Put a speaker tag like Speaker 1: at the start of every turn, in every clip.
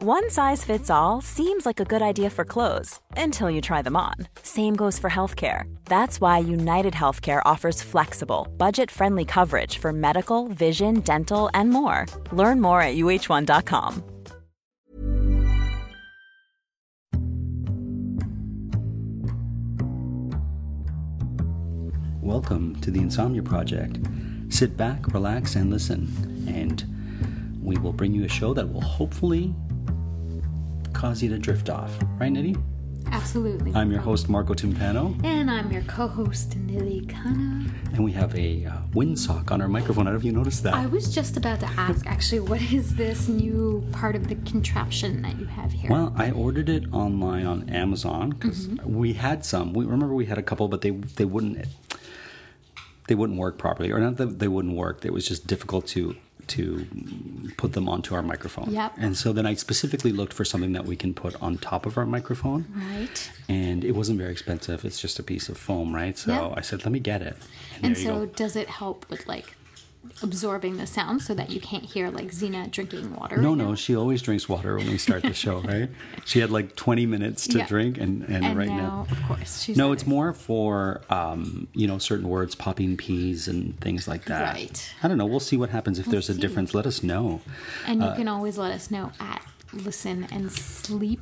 Speaker 1: One size fits all seems like a good idea for clothes until you try them on. Same goes for healthcare. That's why United Healthcare offers flexible, budget friendly coverage for medical, vision, dental, and more. Learn more at uh1.com.
Speaker 2: Welcome to the Insomnia Project. Sit back, relax, and listen, and we will bring you a show that will hopefully cause you to drift off. Right, Nitty?
Speaker 3: Absolutely.
Speaker 2: I'm your host, Marco Timpano,
Speaker 3: And I'm your co host, Nili Khanna.
Speaker 2: and we have a uh, windsock on our microphone. I don't know if you noticed that.
Speaker 3: I was just about to ask, actually, what is this new part of the contraption that you have here?
Speaker 2: Well, I ordered it online on Amazon because
Speaker 3: Mm-hmm.
Speaker 2: we had some. We remember we had a couple, but they they wouldn't they wouldn't work properly, or not that they wouldn't work. It was just difficult to to put them onto our microphone.
Speaker 3: Yep.
Speaker 2: And so then I specifically looked for something that we can put on top of our microphone,
Speaker 3: right.
Speaker 2: and it wasn't very expensive. It's just a piece of foam, right? So
Speaker 3: Yeah.
Speaker 2: I said, let me get it.
Speaker 3: And
Speaker 2: there you
Speaker 3: so,
Speaker 2: go.
Speaker 3: does it help with like absorbing the sound so that you can't hear like Xena drinking water?
Speaker 2: No,
Speaker 3: right now?
Speaker 2: no, she always drinks water when we start the show, right? She had like 20 minutes to
Speaker 3: Yeah.
Speaker 2: drink, and, and,
Speaker 3: And
Speaker 2: right
Speaker 3: now, of course, she's
Speaker 2: no,
Speaker 3: not
Speaker 2: it's
Speaker 3: a-
Speaker 2: more for um, you know certain words, popping peas and things like that.
Speaker 3: Right.
Speaker 2: I don't know. We'll see what happens if there's a
Speaker 3: see.
Speaker 2: difference. Let us know.
Speaker 3: And
Speaker 2: uh,
Speaker 3: you can always let us know at listen and sleep.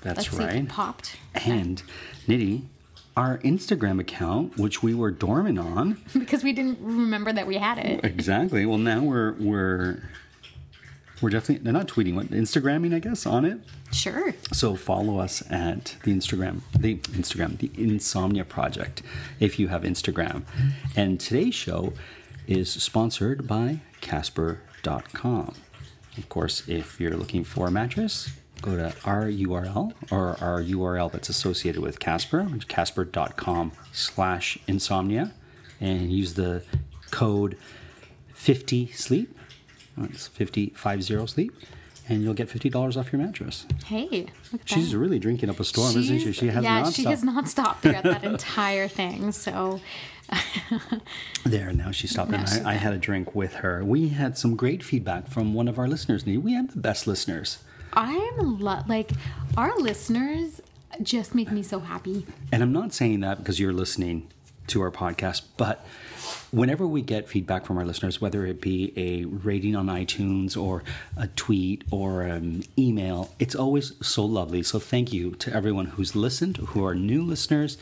Speaker 2: That's
Speaker 3: Let's
Speaker 2: right.
Speaker 3: Sleep popped.
Speaker 2: And Nitty, our Instagram account, which we were dormant on,
Speaker 3: Because we didn't remember that we had it.
Speaker 2: exactly. Well, now we're we're we're definitely they're not tweeting, what Instagramming, I guess, on it.
Speaker 3: Sure.
Speaker 2: So follow us at the Instagram, the Instagram, the Insomnia Project, if you have Instagram. And today's show is sponsored by Casper.com. Of course, if you're looking for a mattress, go to our URL or our URL that's associated with Casper, which is Casper.com slash insomnia, and use the code 50 sleep. uh, That's 50, 50 sleep. And you'll get $50 off your mattress.
Speaker 3: Hey, look at that.
Speaker 2: She's really drinking up a storm, isn't she?
Speaker 3: She's-
Speaker 2: She has
Speaker 3: yeah,
Speaker 2: not
Speaker 3: she
Speaker 2: stopped.
Speaker 3: has not stopped throughout that entire thing. So,
Speaker 2: There, now she stopped.
Speaker 3: Now
Speaker 2: and
Speaker 3: she's
Speaker 2: I, I had a drink with her. We had some great feedback from one of our listeners. Nee. We had the best listeners.
Speaker 3: I'm lo- like, our listeners just make me so happy.
Speaker 2: And I'm not saying that because you're listening to our podcast, but whenever we get feedback from our listeners, whether it be a rating on iTunes or a tweet or an email, it's always so lovely. So thank you to everyone who's listened, who are new listeners.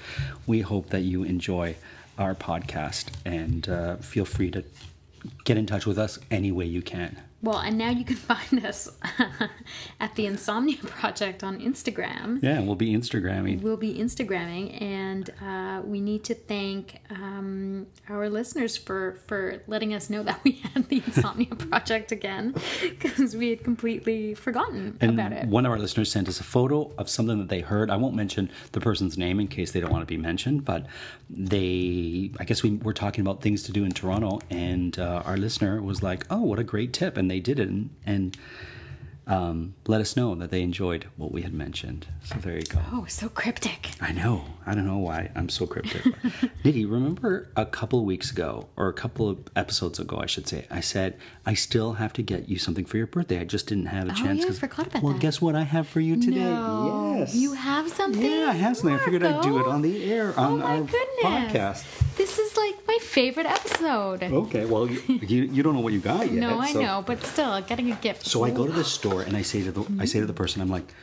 Speaker 2: We hope that you enjoy our podcast and uh, feel free to get in touch with us any way you can.
Speaker 3: Well, and now you can find us at the Insomnia Project on Instagram.
Speaker 2: Yeah, we'll be Instagramming.
Speaker 3: We'll be Instagramming, and uh, we need to thank um, our listeners for for letting us know that we had the Insomnia Project again, because we had completely forgotten about it.
Speaker 2: One of our listeners sent us a photo of something that they heard. I won't mention the person's name in case they don't want to be mentioned, but they, I guess we were talking about things to do in Toronto, and uh, our listener was like, oh, what a great tip. And they did it and, and um, let us know that they enjoyed what we had mentioned. So there you go.
Speaker 3: Oh, so cryptic.
Speaker 2: I know. I don't know why I'm so cryptic. Nitty, remember a couple weeks ago, or a couple of episodes ago, I should say, I said I still have to get you something for your birthday. I just didn't have a chance.
Speaker 3: yeah, I
Speaker 2: 'cause-
Speaker 3: Oh, forgot about
Speaker 2: well,
Speaker 3: that.
Speaker 2: guess what I have for you today?
Speaker 3: No.
Speaker 2: Yes.
Speaker 3: You have something?
Speaker 2: Yeah, I have something. I figured I'd do it on the air
Speaker 3: oh
Speaker 2: on
Speaker 3: my
Speaker 2: our
Speaker 3: goodness.
Speaker 2: podcast.
Speaker 3: This is like my favorite episode.
Speaker 2: Okay. Well, you, you you don't know what you got yet.
Speaker 3: no, I
Speaker 2: so-
Speaker 3: know, but still, getting a gift.
Speaker 2: So I go to the store and I say to the I say to the person, I'm like,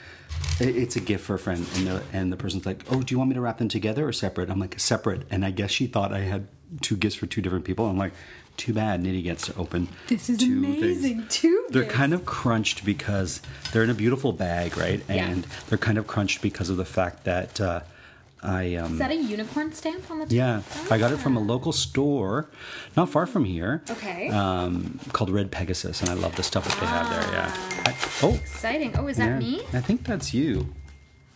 Speaker 2: "I- it's a gift for a friend, and the and the person's like, oh, do you want me to wrap them together or separate? I'm like, separate. And I guess she thought I had two gifts for two different people. I'm like, too bad. Nitty gets to open.
Speaker 3: This is
Speaker 2: two
Speaker 3: amazing.
Speaker 2: Things.
Speaker 3: Two
Speaker 2: They're
Speaker 3: gifts.
Speaker 2: kind of crunched because they're in a beautiful bag, right? And they're kind of crunched because of the fact that uh, I um,
Speaker 3: Is that a unicorn stamp on the top?
Speaker 2: yeah, I got it from a local store, not far from here.
Speaker 3: Ah. Okay.
Speaker 2: Um, called Red Pegasus, and I love the stuff that they have there. Yeah. I, oh.
Speaker 3: Exciting. Oh, Ah. is that
Speaker 2: yeah.
Speaker 3: me?
Speaker 2: I think that's you.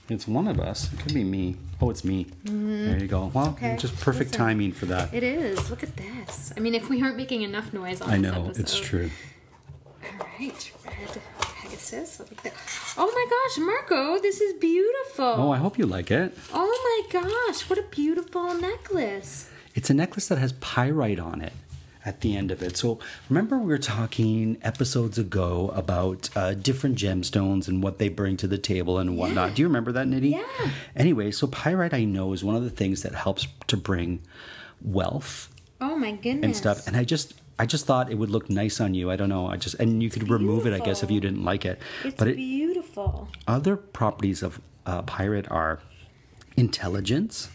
Speaker 2: It's one of us. It could be me. Oh, it's me. There you go. Well,
Speaker 3: Mm-hmm. Okay,
Speaker 2: just perfect
Speaker 3: listen.
Speaker 2: timing for that.
Speaker 3: It is. Look at this. I mean, if we aren't making enough noise on
Speaker 2: I
Speaker 3: this
Speaker 2: know, it's
Speaker 3: episode.
Speaker 2: true.
Speaker 3: All right, red Pegasus. Look at that. Oh my gosh, Marco, this is beautiful.
Speaker 2: Oh, I hope you like it.
Speaker 3: Oh my gosh, what a beautiful necklace.
Speaker 2: It's a necklace that has pyrite on it at the end of it. So remember, we were talking episodes ago about uh, different gemstones and what they bring to the table and whatnot. Do you remember that, Nitty?
Speaker 3: Yeah.
Speaker 2: Anyway, so pyrite, I know, is one of the things that helps to bring wealth
Speaker 3: Oh my goodness.
Speaker 2: and stuff. And I just. I just thought it would look nice on you. I don't know. I just and you could remove it, I guess, if you didn't like it.
Speaker 3: It's
Speaker 2: but it,
Speaker 3: beautiful.
Speaker 2: other properties of uh, pirate are intelligence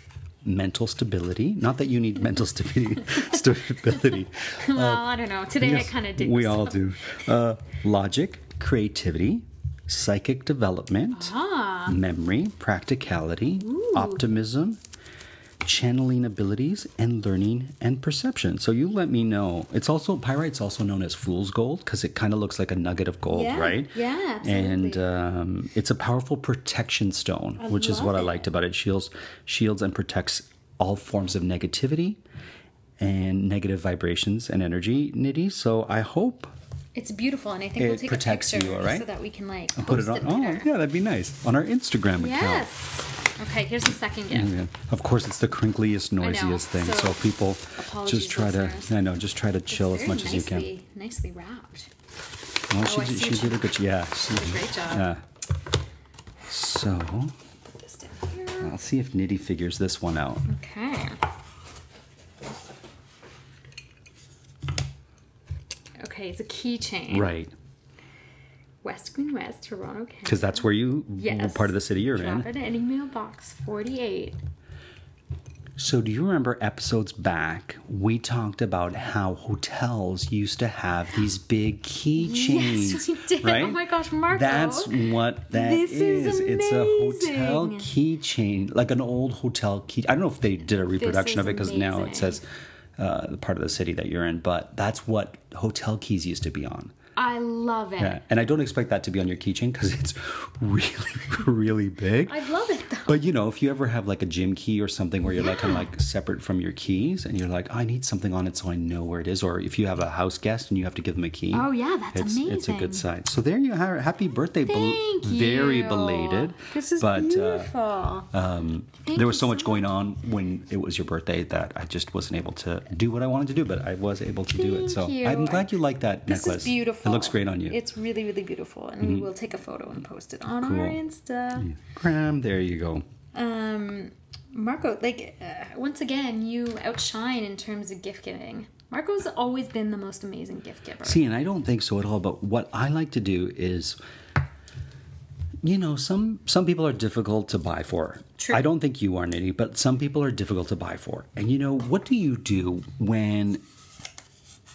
Speaker 2: mental stability not that you need mental stability stability
Speaker 3: well, I don't know. Today I kind of did.
Speaker 2: Uh, we all do uh, logic creativity psychic development memory practicality optimism channeling abilities and learning and perception so you let me know it's also pyrite's also known as fool's gold because it kind of looks like a nugget of gold
Speaker 3: Yeah,
Speaker 2: right
Speaker 3: yeah,
Speaker 2: and um, it's a powerful protection stone which is
Speaker 3: love
Speaker 2: what i
Speaker 3: it.
Speaker 2: liked about it shields shields and protects all forms of negativity and negative vibrations and energy nitty so i hope
Speaker 3: It's beautiful, and I think we'll
Speaker 2: It
Speaker 3: take
Speaker 2: protects
Speaker 3: a
Speaker 2: you,
Speaker 3: picture
Speaker 2: all right?
Speaker 3: so that we can like
Speaker 2: put it
Speaker 3: post
Speaker 2: on oh
Speaker 3: later.
Speaker 2: yeah that'd be nice on our instagram account
Speaker 3: Yes. Okay, here's the second gift.
Speaker 2: Mm, Yeah. Of course, it's the crinkliest,
Speaker 3: know,
Speaker 2: noisiest thing. So,
Speaker 3: so
Speaker 2: people
Speaker 3: apologies,
Speaker 2: just try
Speaker 3: listeners.
Speaker 2: to, I know, just try to chill as
Speaker 3: Very
Speaker 2: much as you
Speaker 3: nicely- Nicely wrapped.
Speaker 2: can. Well,
Speaker 3: Oh, I
Speaker 2: she, she
Speaker 3: see what
Speaker 2: did
Speaker 3: you-
Speaker 2: a good, yeah. She,
Speaker 3: Great job.
Speaker 2: yeah. So,
Speaker 3: Put this down here.
Speaker 2: I'll see if Nitty figures this one out.
Speaker 3: Okay. Okay, it's a keychain.
Speaker 2: Right.
Speaker 3: West Queen West, Toronto, Canada.
Speaker 2: Because that's where you,
Speaker 3: Yes.
Speaker 2: part of the city you're
Speaker 3: Drop
Speaker 2: in.
Speaker 3: it any mailbox 48.
Speaker 2: So, do you remember episodes back? We talked about how hotels used to have these big keychains.
Speaker 3: Yes, we did.
Speaker 2: Right?
Speaker 3: Oh my gosh, Marco.
Speaker 2: That's what that
Speaker 3: This is
Speaker 2: it's a hotel
Speaker 3: amazing.
Speaker 2: keychain, like an old hotel key. I don't know if they did a reproduction
Speaker 3: is
Speaker 2: of it because now it
Speaker 3: amazing.
Speaker 2: says uh, the part of the city that you're in, but that's what hotel keys used to be on.
Speaker 3: I love it.
Speaker 2: Yeah. And I don't expect that to be on your keychain because it's really, really big.
Speaker 3: I love it though.
Speaker 2: But you know, if you ever have like a gym key or something where you're like kind of like separate from your keys, and you're like, I need something on it so I know where it is, or if you have a house guest and you have to give them a key.
Speaker 3: Oh, yeah, that's
Speaker 2: it's, It's a
Speaker 3: amazing.
Speaker 2: good sign. So there you are. Happy birthday! bel-
Speaker 3: Thank you.
Speaker 2: Very belated.
Speaker 3: This is
Speaker 2: but, uh, um,
Speaker 3: beautiful. Thank
Speaker 2: there was
Speaker 3: you
Speaker 2: so much
Speaker 3: so
Speaker 2: going on when it was your birthday that I just wasn't able to do what I wanted to do, but I was able to do it.
Speaker 3: Thank
Speaker 2: So
Speaker 3: you.
Speaker 2: I'm glad you like that
Speaker 3: this
Speaker 2: necklace.
Speaker 3: is beautiful.
Speaker 2: It looks great on you. Mm-hmm.
Speaker 3: It's really, really beautiful, and we will take a photo and post it on
Speaker 2: Cool.
Speaker 3: our Insta.
Speaker 2: Cram. There you go.
Speaker 3: Um, Marco, like uh, once again, you outshine in terms of gift giving. Marco's always been the most amazing gift giver.
Speaker 2: See, and I don't think so at all. But what I like to do is, you know, some some people are difficult to buy for.
Speaker 3: True.
Speaker 2: I don't think you are, Nitty, but some people are difficult to buy for. And you know, what do you do when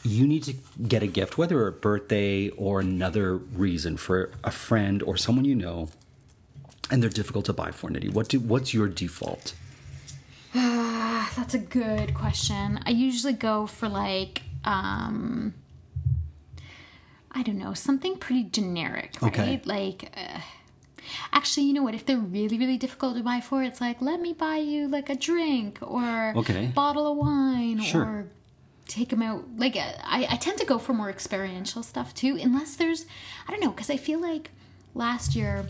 Speaker 2: you need to get a gift, whether a birthday or another reason for a friend or someone you know, and they're difficult to buy for, Nitty? What do what's your default?
Speaker 3: Ah, That's a good question. I usually go for like um I don't know, something pretty generic, right?
Speaker 2: Okay.
Speaker 3: Like uh, Actually, you know what? If they're really, really difficult to buy for, it's like, let me buy you like a drink or
Speaker 2: Okay.
Speaker 3: bottle of wine
Speaker 2: Sure.
Speaker 3: or take them out. Like, uh, I, I tend to go for more experiential stuff too, unless there's, I don't know, because I feel like last year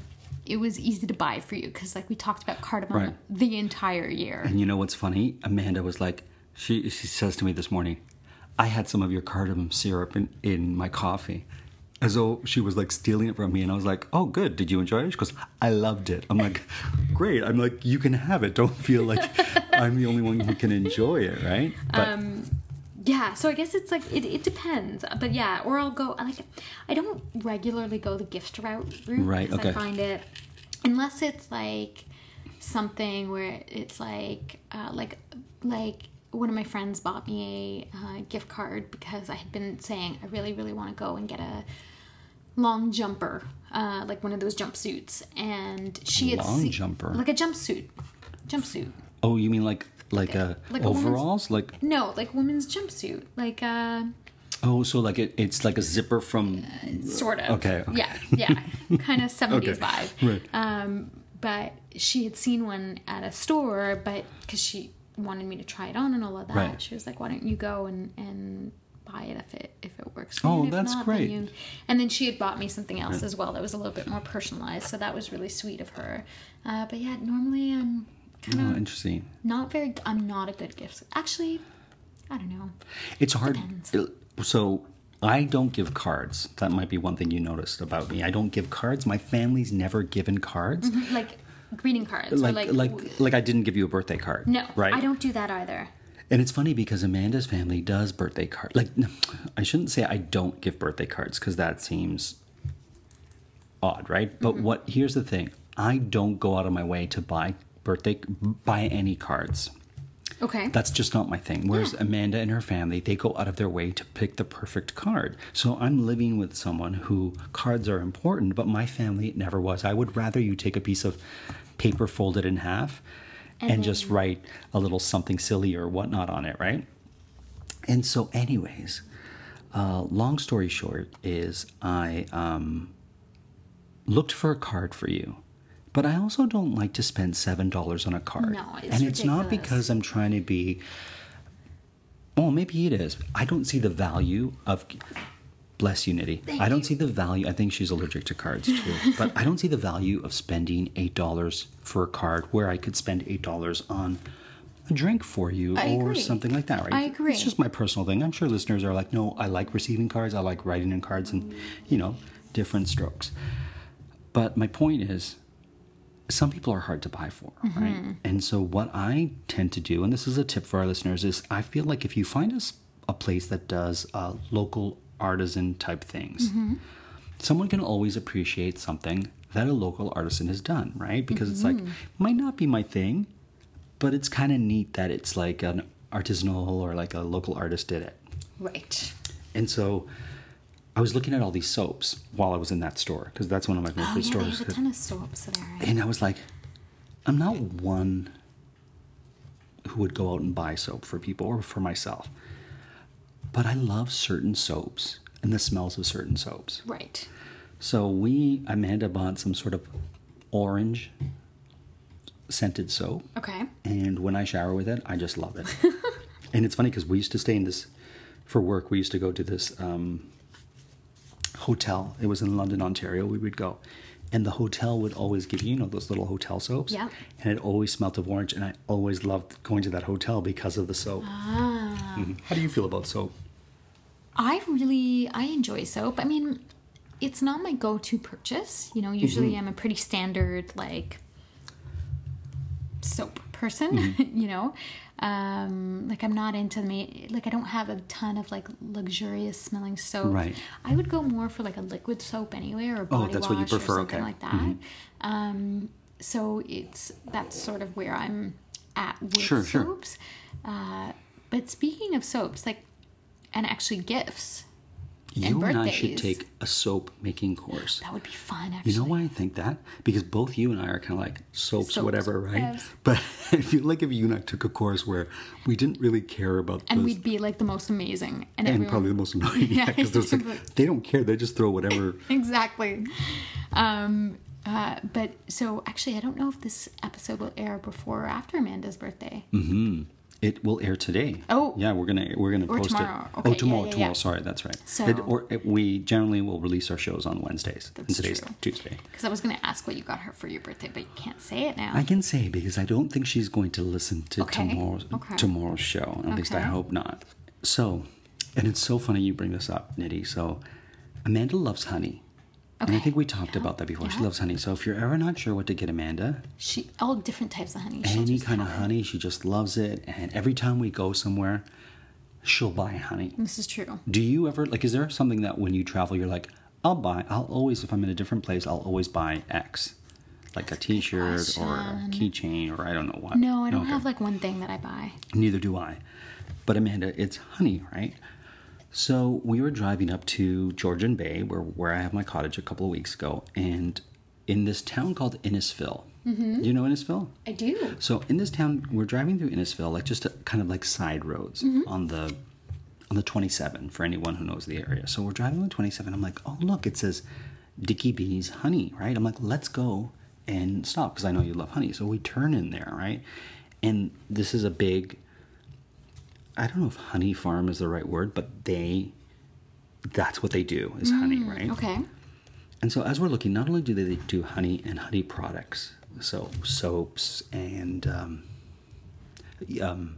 Speaker 3: it was easy to buy for you because, like, we talked about cardamom
Speaker 2: Right.
Speaker 3: the entire year.
Speaker 2: And you know what's funny? Amanda was like, she she says to me this morning, I had some of your cardamom syrup in, in my coffee. As though she was like stealing it from me, and I was like, "Oh, good. Did you enjoy it?" She goes, "I loved it." I'm like, "Great." I'm like, "You can have it. Don't feel like I'm the only one who can enjoy it, right?" But
Speaker 3: Um, Yeah, so I guess it's like it, it depends, but yeah, or I'll go I like I don't regularly go the gift route route
Speaker 2: Right,
Speaker 3: because
Speaker 2: okay.
Speaker 3: I find it unless it's like something where it's like uh, like like one of my friends bought me a uh, gift card because I had been saying I really really want to go and get a long jumper, uh, like one of those jumpsuits, and she had
Speaker 2: Long
Speaker 3: se-
Speaker 2: jumper?
Speaker 3: like a jumpsuit, jumpsuit.
Speaker 2: oh, you mean like like uh,
Speaker 3: Like a woman's-
Speaker 2: overalls? Like
Speaker 3: No, like women's jumpsuit, like. Uh,
Speaker 2: oh, so like it, it's like a zipper from
Speaker 3: sort of.
Speaker 2: Okay, okay.
Speaker 3: Yeah, yeah. kind of 70s
Speaker 2: Okay,
Speaker 3: vibe.
Speaker 2: right.
Speaker 3: Um, but she had seen one at a store, but because she wanted me to try it on and all of that,
Speaker 2: Right.
Speaker 3: she was like, "Why don't you go and and buy it if it if it works for you?
Speaker 2: Oh,
Speaker 3: and if
Speaker 2: that's
Speaker 3: not, then
Speaker 2: great.
Speaker 3: you-" And then she had bought me something else as well that was a little bit more personalized, so that was really sweet of her. Uh, but yeah, normally I'm kind
Speaker 2: Oh,
Speaker 3: of
Speaker 2: interesting.
Speaker 3: not very. I'm not a good gift. Actually, I don't know.
Speaker 2: It's hard.
Speaker 3: Depends.
Speaker 2: it- So I don't give cards. That might be one thing you noticed about me. I don't give cards. My family's never given cards.
Speaker 3: Like greeting cards or
Speaker 2: Like,
Speaker 3: Mm-hmm. like
Speaker 2: like, like, I didn't give you a birthday card.
Speaker 3: no,
Speaker 2: right?
Speaker 3: I don't do that either.
Speaker 2: And it's funny because Amanda's family does birthday cards. Like, I shouldn't say I don't give birthday cards because that seems odd, right? But
Speaker 3: Mm-hmm.
Speaker 2: what? Here's the thing: I don't go out of my way to buy birthday buy any cards.
Speaker 3: Okay.
Speaker 2: That's just not my thing. Whereas Amanda and her family, they go out of their way to pick the perfect card. So I'm living with someone who cards are important, but my family it never was. I would rather you take a piece of paper folded in half and, just write a little something silly or whatnot on it, right? And so, anyways, uh, long story short is I um, looked for a card for you. But I also don't like to spend seven dollars on a card,
Speaker 3: No, it's
Speaker 2: and it's not
Speaker 3: ridiculous.
Speaker 2: because I'm trying to be. Well, maybe it is. I don't see the value of. Bless you, Nitty. I don't see the value. I think she's allergic to cards too, but I don't see the value of spending eight dollars for a card where I could spend eight dollars on a drink for you
Speaker 3: I
Speaker 2: or
Speaker 3: agree.
Speaker 2: something like that, right?
Speaker 3: I agree.
Speaker 2: It's just my personal thing. I'm sure listeners are like, no, I like receiving cards. I like writing in cards, and you know, different strokes. But my point is, some people are hard to buy for,
Speaker 3: Mm-hmm.
Speaker 2: right? And so what I tend to do, and this is a tip for our listeners, is I feel like if you find us a place that does uh, local artisan type things,
Speaker 3: Mm-hmm.
Speaker 2: someone can always appreciate something that a local artisan has done, right? Because it's like
Speaker 3: Mm-hmm.
Speaker 2: might not be my thing, but it's kind of neat that it's like an artisanal or like a local artist did it.
Speaker 3: right.
Speaker 2: And so I was looking at all these soaps while I was in that store because that's one of my favorite
Speaker 3: Oh yeah, they
Speaker 2: stores.
Speaker 3: have a
Speaker 2: 'cause-
Speaker 3: ton of soaps there. right?
Speaker 2: and I was like, I'm not one who would go out and buy soap for people or for myself, but I love certain soaps and the smells of certain soaps.
Speaker 3: Right.
Speaker 2: So we, Amanda bought some sort of orange scented soap.
Speaker 3: Okay.
Speaker 2: And when I shower with it, I just love it. and it's funny because we used to stay in this for work. We used to go to this um, hotel. It was in London, Ontario. We would go, and the hotel would always give you, you know those little hotel soaps.
Speaker 3: Yeah.
Speaker 2: And it always smelled of orange, and I always loved going to that hotel because of the soap.
Speaker 3: Ah.
Speaker 2: Mhm. How do you feel about soap?
Speaker 3: I really I enjoy soap. I mean, it's not my go-to purchase. You know, usually
Speaker 2: Mm-hmm.
Speaker 3: I'm a pretty standard like soap person.
Speaker 2: Mm-hmm.
Speaker 3: you know, um, like I'm not into me. Like I don't have a ton of like luxurious smelling soap.
Speaker 2: Right. Oh,
Speaker 3: I would go more for like a liquid soap anyway, or a body
Speaker 2: that's
Speaker 3: wash
Speaker 2: what you prefer,
Speaker 3: or something
Speaker 2: okay. Mm-hmm.
Speaker 3: like that. Um, so it's that's sort of where I'm at with
Speaker 2: Sure, sure.
Speaker 3: soaps. Uh, but speaking of soaps, like and actually gifts.
Speaker 2: You and I should
Speaker 3: birthdays.
Speaker 2: take a soap making course.
Speaker 3: That would be fun, actually.
Speaker 2: You know why I think that? Because both you and I are kind of like soaps,
Speaker 3: Soaps,
Speaker 2: whatever, right?
Speaker 3: yes.
Speaker 2: But I feel like if you and I took a course where we didn't really care about
Speaker 3: And
Speaker 2: this,
Speaker 3: we'd be like the most amazing.
Speaker 2: and
Speaker 3: And, everyone,
Speaker 2: probably the most annoying, yeah,
Speaker 3: Yeah,
Speaker 2: because there's like
Speaker 3: but-
Speaker 2: they don't care, they just throw whatever.
Speaker 3: Exactly. Um, uh, but so actually, I don't know if this episode will air before or after Amanda's birthday.
Speaker 2: Mm. It will air today.
Speaker 3: Oh.
Speaker 2: yeah, we're gonna we're gonna
Speaker 3: Or
Speaker 2: post
Speaker 3: tomorrow.
Speaker 2: it.
Speaker 3: Okay,
Speaker 2: oh,
Speaker 3: yeah,
Speaker 2: tomorrow,
Speaker 3: yeah, yeah.
Speaker 2: tomorrow. Sorry, that's right.
Speaker 3: So-
Speaker 2: It- or it- we generally will release our shows on Wednesdays. and
Speaker 3: That's
Speaker 2: today's
Speaker 3: true.
Speaker 2: Tuesday.
Speaker 3: Because I was going to ask what you got her for your birthday, but you can't say it now.
Speaker 2: I can say because I don't think she's going to listen to
Speaker 3: Okay,
Speaker 2: tomorrow's
Speaker 3: okay.
Speaker 2: tomorrow's show. At least I
Speaker 3: Okay.
Speaker 2: hope not. So, and it's so funny you bring this up, Nitty. So, Amanda loves honey. And I
Speaker 3: Okay,
Speaker 2: think we talked about that before. She
Speaker 3: yeah.
Speaker 2: loves honey. So if you're ever not sure what to get Amanda,
Speaker 3: she all different types of honey. She'll
Speaker 2: any
Speaker 3: just
Speaker 2: kind of
Speaker 3: have it.
Speaker 2: honey, she just loves it. And every time we go somewhere, she'll buy honey.
Speaker 3: This is true.
Speaker 2: Do you ever like? Is there something that when you travel, you're like, I'll buy. I'll always, if I'm in a different place, I'll always buy X, like a T-shirt or a keychain or I don't know what.
Speaker 3: No, I don't
Speaker 2: Okay.
Speaker 3: have like one thing that I buy.
Speaker 2: Neither do I. But Amanda, it's honey, right? So we were driving up to Georgian Bay, where where I have my cottage, a couple of weeks ago, and in this town called Innisfil. Mm-hmm. You know Innisfil?
Speaker 3: I do.
Speaker 2: So in this town, we're driving through Innisfil, like just a, kind of like side roads on the on the 27 for anyone who knows the area. So we're driving on the 27. I'm like, oh look, it says Dicky Bee's Honey, right? I'm like, let's go and stop because I know you love honey. So we turn in there, right? And this is a big, I don't know if honey farm is the right word, but they, that's what they do is honey, right?
Speaker 3: Okay.
Speaker 2: And so, as we're looking, not only do they do honey and honey products, so soaps and um, um,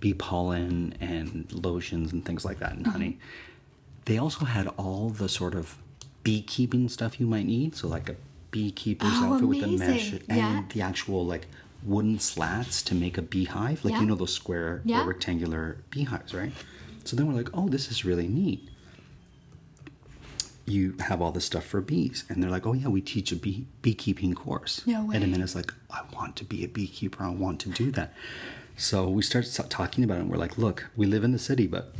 Speaker 2: bee pollen and lotions and things like that, and honey,
Speaker 3: Mm-hmm.
Speaker 2: they also had all the sort of beekeeping stuff you might need. So, like a beekeeper's
Speaker 3: Oh,
Speaker 2: outfit with the mesh
Speaker 3: amazing.
Speaker 2: and
Speaker 3: Yeah.
Speaker 2: the actual like wooden slats to make a beehive, like
Speaker 3: Yeah.
Speaker 2: you know those square
Speaker 3: Yeah.
Speaker 2: or rectangular beehives, right? So then we're like, oh, this is really neat you have all this stuff for bees. And they're like, oh, yeah, we teach a bee- beekeeping course.
Speaker 3: No way.
Speaker 2: And Amanda's like, I want to be a beekeeper. I want to do that. So we start so- talking about it. And we're like, look, we live in the city, but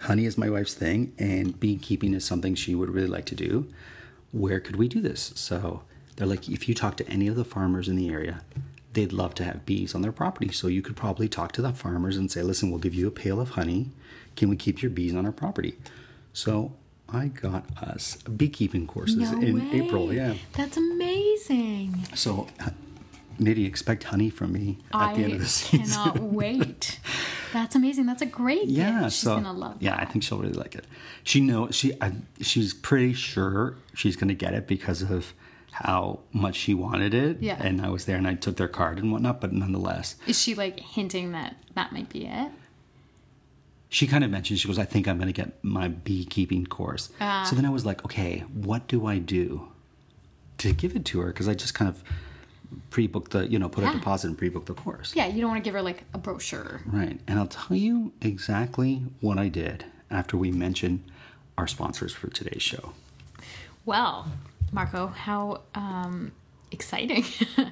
Speaker 2: honey is my wife's thing, and beekeeping is something she would really like to do. Where could we do this? So they're like, if you talk to any of the farmers in the area, they'd love to have bees on their property. So you could probably talk to the farmers and say, listen, we'll give you a pail of honey. Can we keep your bees on our property? So I got us beekeeping courses
Speaker 3: No
Speaker 2: in
Speaker 3: way.
Speaker 2: April. Yeah.
Speaker 3: Oh, That's amazing.
Speaker 2: So, uh, Nitty, expect honey from me at
Speaker 3: I
Speaker 2: the end of the season.
Speaker 3: cannot wait. That's amazing. That's a great
Speaker 2: Yeah,
Speaker 3: gift. She's
Speaker 2: so
Speaker 3: gonna love
Speaker 2: yeah, I think she'll really like it. She knows she I, she's pretty sure she's gonna get it because of how much she wanted it.
Speaker 3: Yeah.
Speaker 2: and I was there and I took their card and whatnot, but nonetheless,
Speaker 3: that. Is she like hinting that that might be it?
Speaker 2: she kind of mentioned she goes, "I think I'm gonna get my beekeeping course."
Speaker 3: Ah.
Speaker 2: So then I was like, "Okay, what do I do to give it to her?" Because I just kind of pre-booked the you know put
Speaker 3: Yeah.
Speaker 2: a deposit and pre-booked the course.
Speaker 3: Yeah, you don't want to give her like a brochure.
Speaker 2: Right. And I'll tell you exactly what I did after we mention our sponsors for today's show.
Speaker 3: Well, Marco, how um, exciting.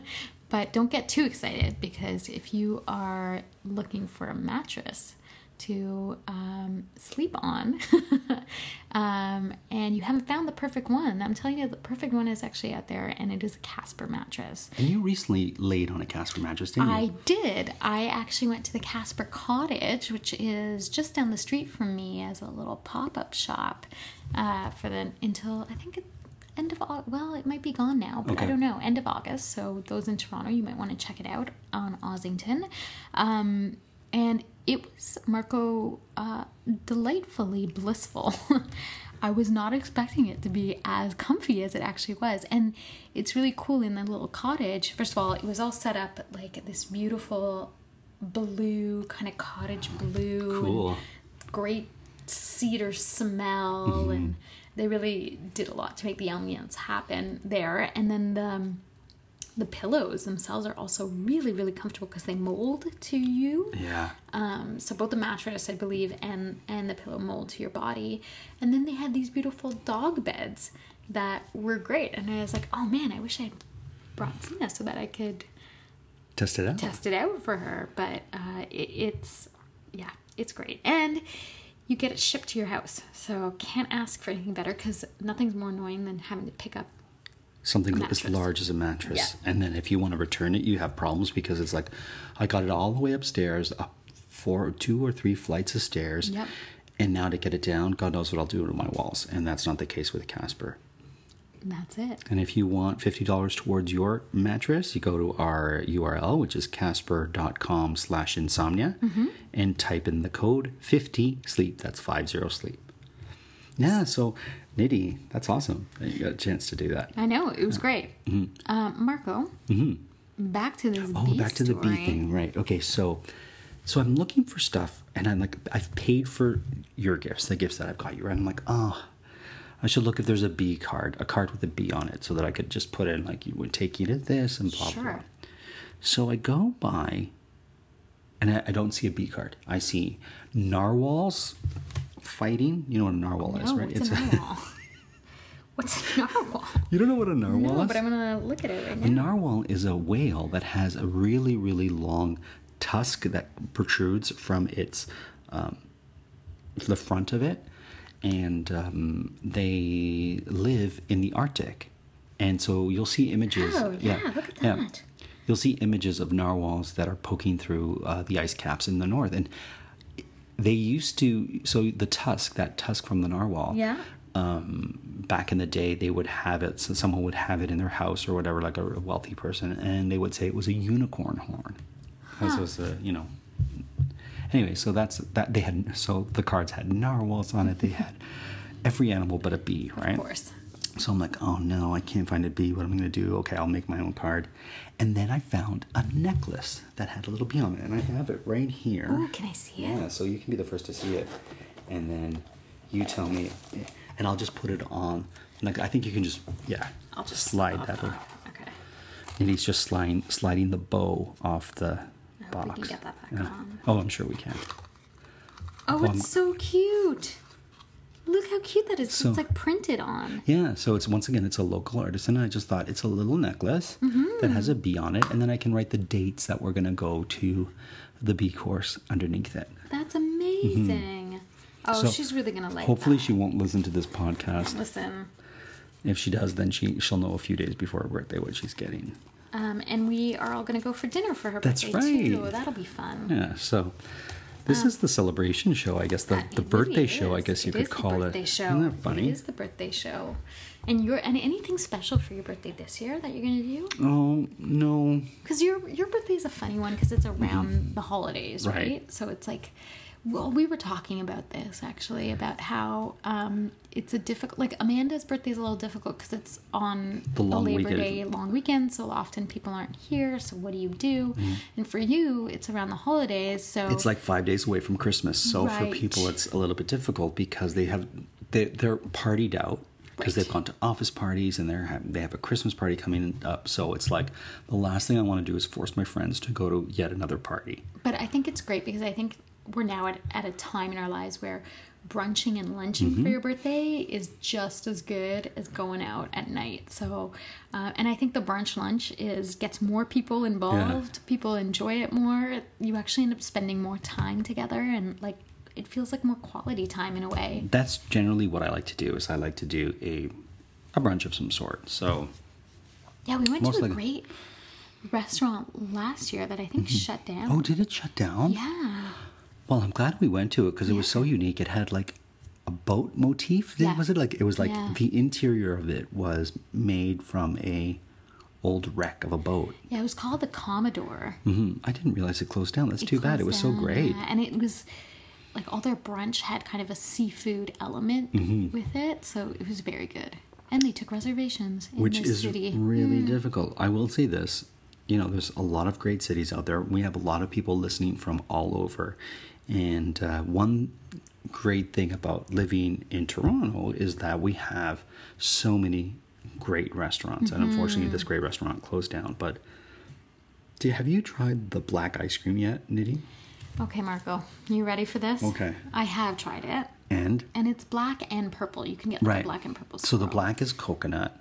Speaker 3: but don't get too excited because if you are looking for a mattress to um, sleep on um, and you haven't found the perfect one, I'm telling you, the perfect one is actually out there and it is a Casper mattress.
Speaker 2: And you recently laid on a Casper mattress, didn't you?
Speaker 3: I did. I actually went to the Casper Cottage, which is just down the street from me, as a little pop up shop uh, for the until I think it, end of August. Well, it might be gone now, but I
Speaker 2: Okay.
Speaker 3: don't know. End of August. So those in Toronto, you might want to check it out on Ossington. Um, and it was Marco uh, delightfully blissful. I was not expecting it to be as comfy as it actually was, and it's really cool in that little cottage. First of all, it was all set up like this beautiful blue kind of cottage blue, and
Speaker 2: Cool.
Speaker 3: great cedar smell, and they really did a lot to make the ambience happen there. And then the um, the pillows themselves are also really really comfortable because they mold to you
Speaker 2: Yeah.
Speaker 3: um, so both the mattress i believe and and the pillow mold to your body and then they had these beautiful dog beds that were great and i was like oh man i wish i had brought Zena so that i could
Speaker 2: Test it out.
Speaker 3: test it out for her but uh, it, it's yeah it's great and you get it shipped to your house so can't ask for anything better because nothing's more annoying than having to pick up
Speaker 2: Something as
Speaker 3: mattress.
Speaker 2: large as a mattress.
Speaker 3: Yeah.
Speaker 2: And then if you want to return it, you have problems because it's like, I got it all the way upstairs, up four, two or three flights of stairs.
Speaker 3: Yep.
Speaker 2: And now to get it down, God knows what I'll do to my walls. And that's not the case with Casper.
Speaker 3: and that's it
Speaker 2: And if you want $50 towards your mattress, you go to our URL, which is casper.com slash insomnia, and type in the code 50 sleep. That's 50 sleep. Yeah, so Nitty, that's awesome. that You got a chance to do that.
Speaker 3: I know it was great. Um, Marco, back to this.
Speaker 2: Mm-hmm. Oh,
Speaker 3: bee
Speaker 2: back to the
Speaker 3: story.
Speaker 2: bee thing, right? Okay, so so I'm looking for stuff, and I'm like, I've paid for your gifts, the gifts that I've got you, right? I'm like, oh, I should look if there's a bee card, a card with a bee on it, so that I could just put in like, you would take you to this and blah blah.
Speaker 3: Sure.
Speaker 2: So I go by, and I, I don't see a bee card. I see narwhals fighting. You know what a narwhal is,
Speaker 3: Oh,
Speaker 2: right?
Speaker 3: what's a narwhal? what's a narwhal?
Speaker 2: you don't know what a narwhal
Speaker 3: No,
Speaker 2: is?
Speaker 3: but I'm gonna look at it right
Speaker 2: A
Speaker 3: now.
Speaker 2: narwhal is a whale that has a really, really long tusk that protrudes from its um, the front of it, and um, they live in the Arctic. And so you'll see images.
Speaker 3: Oh, yeah, look at that.
Speaker 2: You'll see images of narwhals that are poking through uh, the ice caps in the north, and they used to. So the tusk, that tusk from the narwhal,
Speaker 3: Yeah.
Speaker 2: um, back in the day they would have it so someone would have it in their house or whatever like a wealthy person and they would say it was a unicorn horn because it was a you know anyway so that's that they had so the cards had narwhals on it they had every animal but a bee right
Speaker 3: Of course.
Speaker 2: so I'm like, oh no, I can't find a bee. What am I going to do? Okay, I'll make my own card. And then I found a necklace that had a little bee on it, and I have it right here.
Speaker 3: Ooh, can I see it?
Speaker 2: Yeah, so you can be the first to see it, and then you tell me, and I'll just put it on. Like I think you can just yeah,
Speaker 3: I'll just
Speaker 2: slide
Speaker 3: pop
Speaker 2: that.
Speaker 3: it
Speaker 2: Over.
Speaker 3: off. Okay.
Speaker 2: And he's just sliding sliding the bow off the
Speaker 3: I hope
Speaker 2: box.
Speaker 3: we can get that back
Speaker 2: Yeah.
Speaker 3: on.
Speaker 2: Oh, I'm sure we can.
Speaker 3: Oh,
Speaker 2: Um,
Speaker 3: it's so cute. Look how cute that is.
Speaker 2: So-
Speaker 3: it's like printed on.
Speaker 2: Yeah, so it's once again it's a local artisan. I just thought it's a little necklace
Speaker 3: Mm-hmm.
Speaker 2: that has a bee on it, and then I can write the dates that we're gonna go to the bee course underneath it.
Speaker 3: That's amazing. Oh,
Speaker 2: Mm-hmm. So,
Speaker 3: she's really gonna like.
Speaker 2: Hopefully,
Speaker 3: that.
Speaker 2: she won't listen to this podcast.
Speaker 3: Listen,
Speaker 2: If she does, then she she'll know a few days before her birthday what she's getting.
Speaker 3: um, and we are all gonna go for dinner for her
Speaker 2: That's
Speaker 3: birthday too.
Speaker 2: right.
Speaker 3: That'll be fun.
Speaker 2: Yeah, so. This is the celebration show, I guess the,
Speaker 3: That-
Speaker 2: the
Speaker 3: it
Speaker 2: birthday
Speaker 3: really
Speaker 2: show. I
Speaker 3: is.
Speaker 2: guess you
Speaker 3: It
Speaker 2: could
Speaker 3: is the
Speaker 2: call it.
Speaker 3: birthday Show.
Speaker 2: Isn't that funny?
Speaker 3: It is the birthday show. And your and anything special for your birthday this year that you're gonna do?
Speaker 2: Oh no,
Speaker 3: Because your your birthday is a funny one because it's around the holidays,
Speaker 2: Mm-hmm. Right.
Speaker 3: right? So it's like, well, we were talking about this actually about how um, it's a difficult. Like Amanda's birthday is a little difficult because it's on
Speaker 2: The
Speaker 3: the,
Speaker 2: long
Speaker 3: Labor
Speaker 2: weekend.
Speaker 3: Day long weekend, so often people aren't here. So what do you do? And for you, it's around the holidays, so
Speaker 2: Mm-hmm. it's like five days away from Christmas. So for
Speaker 3: Oh. Right.
Speaker 2: people, it's a little bit difficult because they have they, they're partied out because
Speaker 3: Right.
Speaker 2: they've gone to office parties and they're have, they have a Christmas party coming up. So it's like the last thing I want to do is force my friends to go to yet another party.
Speaker 3: But I think it's great because I think we're now at, at a time in our lives where brunching and lunching for your birthday is just as good as going out at night. So, uh, and I think the brunch lunch is gets more people involved. People enjoy it more. You actually end up spending more time together and like it feels like more quality time in a way.
Speaker 2: That's generally what I like to do. Is I like to do a a brunch of some sort.
Speaker 3: Oh.
Speaker 2: So
Speaker 3: Yeah, we went
Speaker 2: Most
Speaker 3: to a
Speaker 2: likely.
Speaker 3: great restaurant last year that I think shut down.
Speaker 2: oh, did it shut down?
Speaker 3: yeah.
Speaker 2: Well, I'm glad we went to it because it was so unique. It had like a boat motif. Did-
Speaker 3: Yeah.
Speaker 2: Was it like it was like
Speaker 3: Yeah.
Speaker 2: the interior of it was made from a old wreck of a boat.
Speaker 3: Yeah, it was called the Commodore.
Speaker 2: Mm, I didn't realize it closed down. That's too bad. It was
Speaker 3: Mm-hmm. closed
Speaker 2: so
Speaker 3: down,
Speaker 2: great.
Speaker 3: yeah, And it was like all their brunch had kind of a seafood element
Speaker 2: Mm-hmm.
Speaker 3: with it, so it was very good. And they took reservations in
Speaker 2: Which
Speaker 3: the
Speaker 2: is
Speaker 3: city. Hmm.
Speaker 2: really difficult. I will say this, you know, there's a lot of great cities out there. We have a lot of people listening from all over. And uh, one great thing about living in Toronto is that we have so many great restaurants. And unfortunately,
Speaker 3: Mm-hmm.
Speaker 2: this great restaurant closed down. But do, have you tried the black ice cream yet, Nitty?
Speaker 3: Okay, Marco, you ready for this?
Speaker 2: Okay.
Speaker 3: I have tried it,
Speaker 2: And
Speaker 3: and it's black and purple. You can get
Speaker 2: right,
Speaker 3: the black and purple.
Speaker 2: So the
Speaker 3: swirl.
Speaker 2: black is coconut.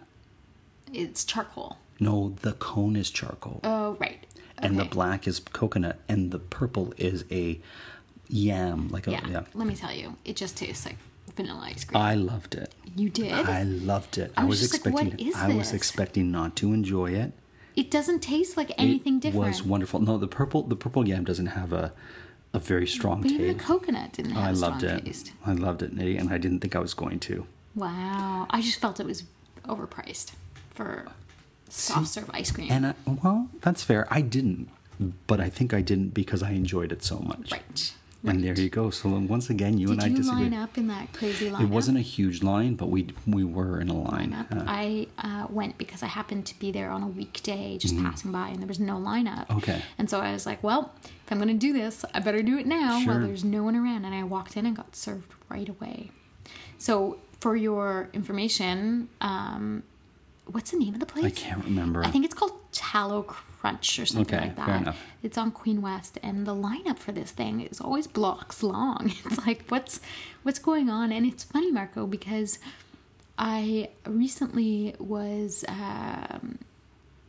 Speaker 3: It's charcoal.
Speaker 2: No, the cone is charcoal.
Speaker 3: Oh, right.
Speaker 2: and the
Speaker 3: Okay.
Speaker 2: black is coconut and the purple is a yam like a
Speaker 3: Yeah.
Speaker 2: yeah,
Speaker 3: Let me tell you, it just tastes like vanilla ice cream.
Speaker 2: i loved it
Speaker 3: you did.
Speaker 2: i loved it i
Speaker 3: was
Speaker 2: was,
Speaker 3: just like,
Speaker 2: expecting
Speaker 3: what is
Speaker 2: i was
Speaker 3: this?
Speaker 2: expecting not to enjoy it
Speaker 3: it doesn't taste like anything
Speaker 2: it
Speaker 3: different.
Speaker 2: was wonderful no the purple the purple yam doesn't have a a very strong
Speaker 3: But even the
Speaker 2: taste Oh,
Speaker 3: coconut didn't have
Speaker 2: i
Speaker 3: a
Speaker 2: loved
Speaker 3: strong
Speaker 2: it
Speaker 3: taste.
Speaker 2: i loved it Nitty, and i didn't think i was going to
Speaker 3: Wow. I just felt it was overpriced for soft serve ice cream.
Speaker 2: and I, well that's fair i didn't but i think i didn't because i enjoyed it so much
Speaker 3: right.
Speaker 2: and there you go so then once again you
Speaker 3: Did
Speaker 2: and i
Speaker 3: you
Speaker 2: disagree
Speaker 3: line up in that crazy lineup?
Speaker 2: it wasn't a huge line but we we were in a line
Speaker 3: lineup.
Speaker 2: yeah.
Speaker 3: I uh, went because I happened to be there on a weekday just passing by and there was no lineup.
Speaker 2: Mm-hmm. Okay.
Speaker 3: And so I was like, well, if I'm going to do this, I better do it now
Speaker 2: Sure.
Speaker 3: while there's no one around. And I walked in and got served right away. So, for your information, um, what's the name of the place?
Speaker 2: I can't remember.
Speaker 3: I think it's called Tallow Crunch or something
Speaker 2: Okay,
Speaker 3: like
Speaker 2: fair
Speaker 3: that.
Speaker 2: enough.
Speaker 3: It's on Queen West, and the lineup for this thing is always blocks long. It's like what's what's going on, and it's funny, Marco, because I recently was um,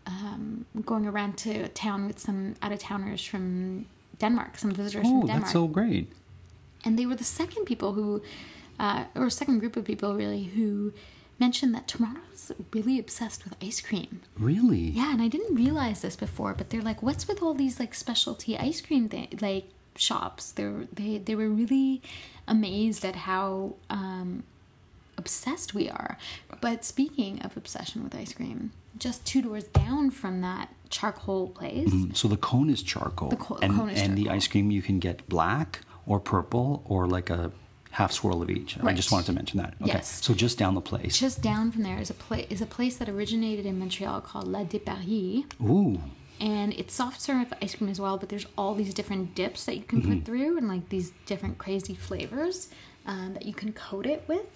Speaker 3: um, going around to town with some out of towners from Denmark, some visitors
Speaker 2: oh,
Speaker 3: from Denmark
Speaker 2: that's so great.
Speaker 3: and they were the second people who uh, or second group of people really who mentioned that toronto's really obsessed with ice cream
Speaker 2: Really?
Speaker 3: yeah and i didn't realize this before but they're like what's with all these like specialty ice cream thi- like shops they they they were really amazed at how um obsessed we are. But speaking of obsession with ice cream, just two doors down from that charcoal place,
Speaker 2: Um, So the cone is charcoal.
Speaker 3: The co-
Speaker 2: and
Speaker 3: cone is
Speaker 2: and the
Speaker 3: charcoal.
Speaker 2: ice cream you can get black or purple or like a half swirl of each. I just
Speaker 3: Right.
Speaker 2: wanted to mention that. Okay.
Speaker 3: Yes.
Speaker 2: So just down the place.
Speaker 3: just down from there is a place is a place that originated in Montreal called La de Paris.
Speaker 2: Ooh.
Speaker 3: and it's soft serve ice cream as well but there's all these different dips that you can
Speaker 2: Mm-hmm.
Speaker 3: put through and like these different crazy flavors um, that you can coat it with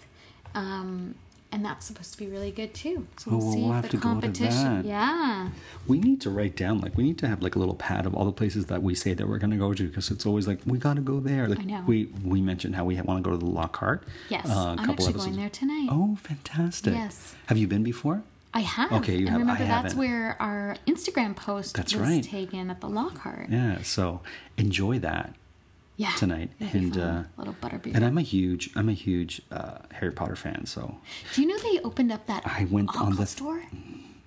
Speaker 3: um, and that's supposed to be really good too so we'll
Speaker 2: Oh, well,
Speaker 3: see
Speaker 2: we'll
Speaker 3: if
Speaker 2: have to
Speaker 3: the
Speaker 2: go to
Speaker 3: competition
Speaker 2: that.
Speaker 3: yeah
Speaker 2: We need to write down like we need to have like a little pad of all the places that we say that we're gonna go to because it's always like we gotta go there. Like
Speaker 3: I know.
Speaker 2: we we mentioned how we want to go to the Lockhart.
Speaker 3: yes
Speaker 2: uh,
Speaker 3: i'm actually going there tonight
Speaker 2: Oh, fantastic!
Speaker 3: Yes.
Speaker 2: Have you been before?
Speaker 3: i have
Speaker 2: Okay, you
Speaker 3: and
Speaker 2: have- I
Speaker 3: remember that's
Speaker 2: haven't.
Speaker 3: where our instagram post
Speaker 2: That's
Speaker 3: was
Speaker 2: right.
Speaker 3: taken at the lockhart
Speaker 2: Yeah. So enjoy that.
Speaker 3: yeah
Speaker 2: tonight,
Speaker 3: That'd be
Speaker 2: and,
Speaker 3: fun.
Speaker 2: uh,
Speaker 3: little butterbeer
Speaker 2: And I'm a huge I'm a huge uh, Harry Potter fan. So
Speaker 3: do you know they opened up that
Speaker 2: I went on
Speaker 3: alcohol
Speaker 2: the-
Speaker 3: store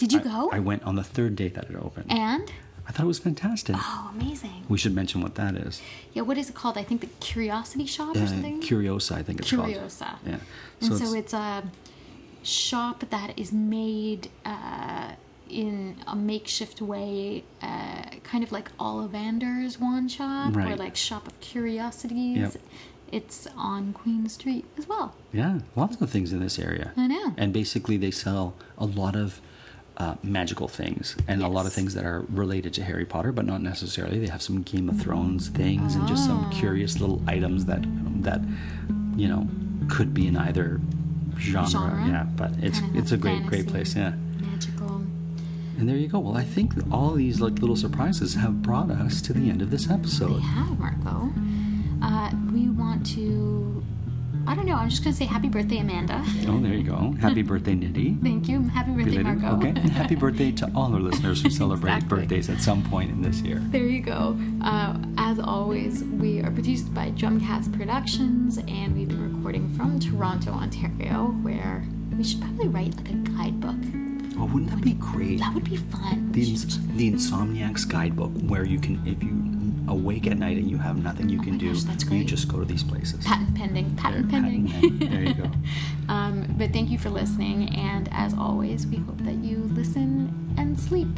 Speaker 3: did you go
Speaker 2: I went on the third day that it opened.
Speaker 3: and
Speaker 2: I thought it was fantastic.
Speaker 3: oh amazing
Speaker 2: We should mention what that is.
Speaker 3: yeah, what is it called? I think the Curiosity Shop or
Speaker 2: Uh,
Speaker 3: something.
Speaker 2: Curiosa, I think it's
Speaker 3: Curiosa.
Speaker 2: called. Yeah.
Speaker 3: and
Speaker 2: it's-
Speaker 3: so it's, a shop that is made uh, in a makeshift way, uh, kind of like Ollivander's wand shop or
Speaker 2: Right.
Speaker 3: like Shop of Curiosities.
Speaker 2: Yep.
Speaker 3: It's on Queen Street as well.
Speaker 2: yeah, lots of things in this area.
Speaker 3: I know.
Speaker 2: And basically, they sell a lot of. Uh, magical things and a lot of
Speaker 3: Yes.
Speaker 2: things that are related to Harry Potter, but not necessarily. They have some Game of Thrones things and just some curious little items that that you know could be in either genre.
Speaker 3: Genre?
Speaker 2: Yeah, but it's
Speaker 3: Kind of
Speaker 2: it's a great great
Speaker 3: fantasy.
Speaker 2: place. Yeah.
Speaker 3: Magical.
Speaker 2: And there you go. Well, I think all these like little surprises have brought us to the end of this episode.
Speaker 3: They have, Marco. Uh, we want to. I don't know. I'm just going to say happy birthday, Amanda.
Speaker 2: Oh, there you go. Happy birthday, Nitty.
Speaker 3: Thank you. Happy birthday,
Speaker 2: Belated-
Speaker 3: Marco.
Speaker 2: Okay. And happy birthday to all our listeners who celebrate
Speaker 3: Exactly.
Speaker 2: birthdays at some point in this year.
Speaker 3: There you go. Uh, as always, we are produced by Drumcast Productions, and we've been recording from Toronto, Ontario, where we should probably write like a guidebook.
Speaker 2: Oh, wouldn't that be great?
Speaker 3: That would be fun.
Speaker 2: The, ins- the Insomniac's Guidebook, where you can, if you awake at night and you have nothing you can
Speaker 3: Oh my
Speaker 2: do,
Speaker 3: gosh, that's
Speaker 2: you
Speaker 3: great.
Speaker 2: just go to these places.
Speaker 3: Patent pending. Patent pending.
Speaker 2: Patent There you go.
Speaker 3: um, but thank you for listening, and as always, we hope that you listen and sleep.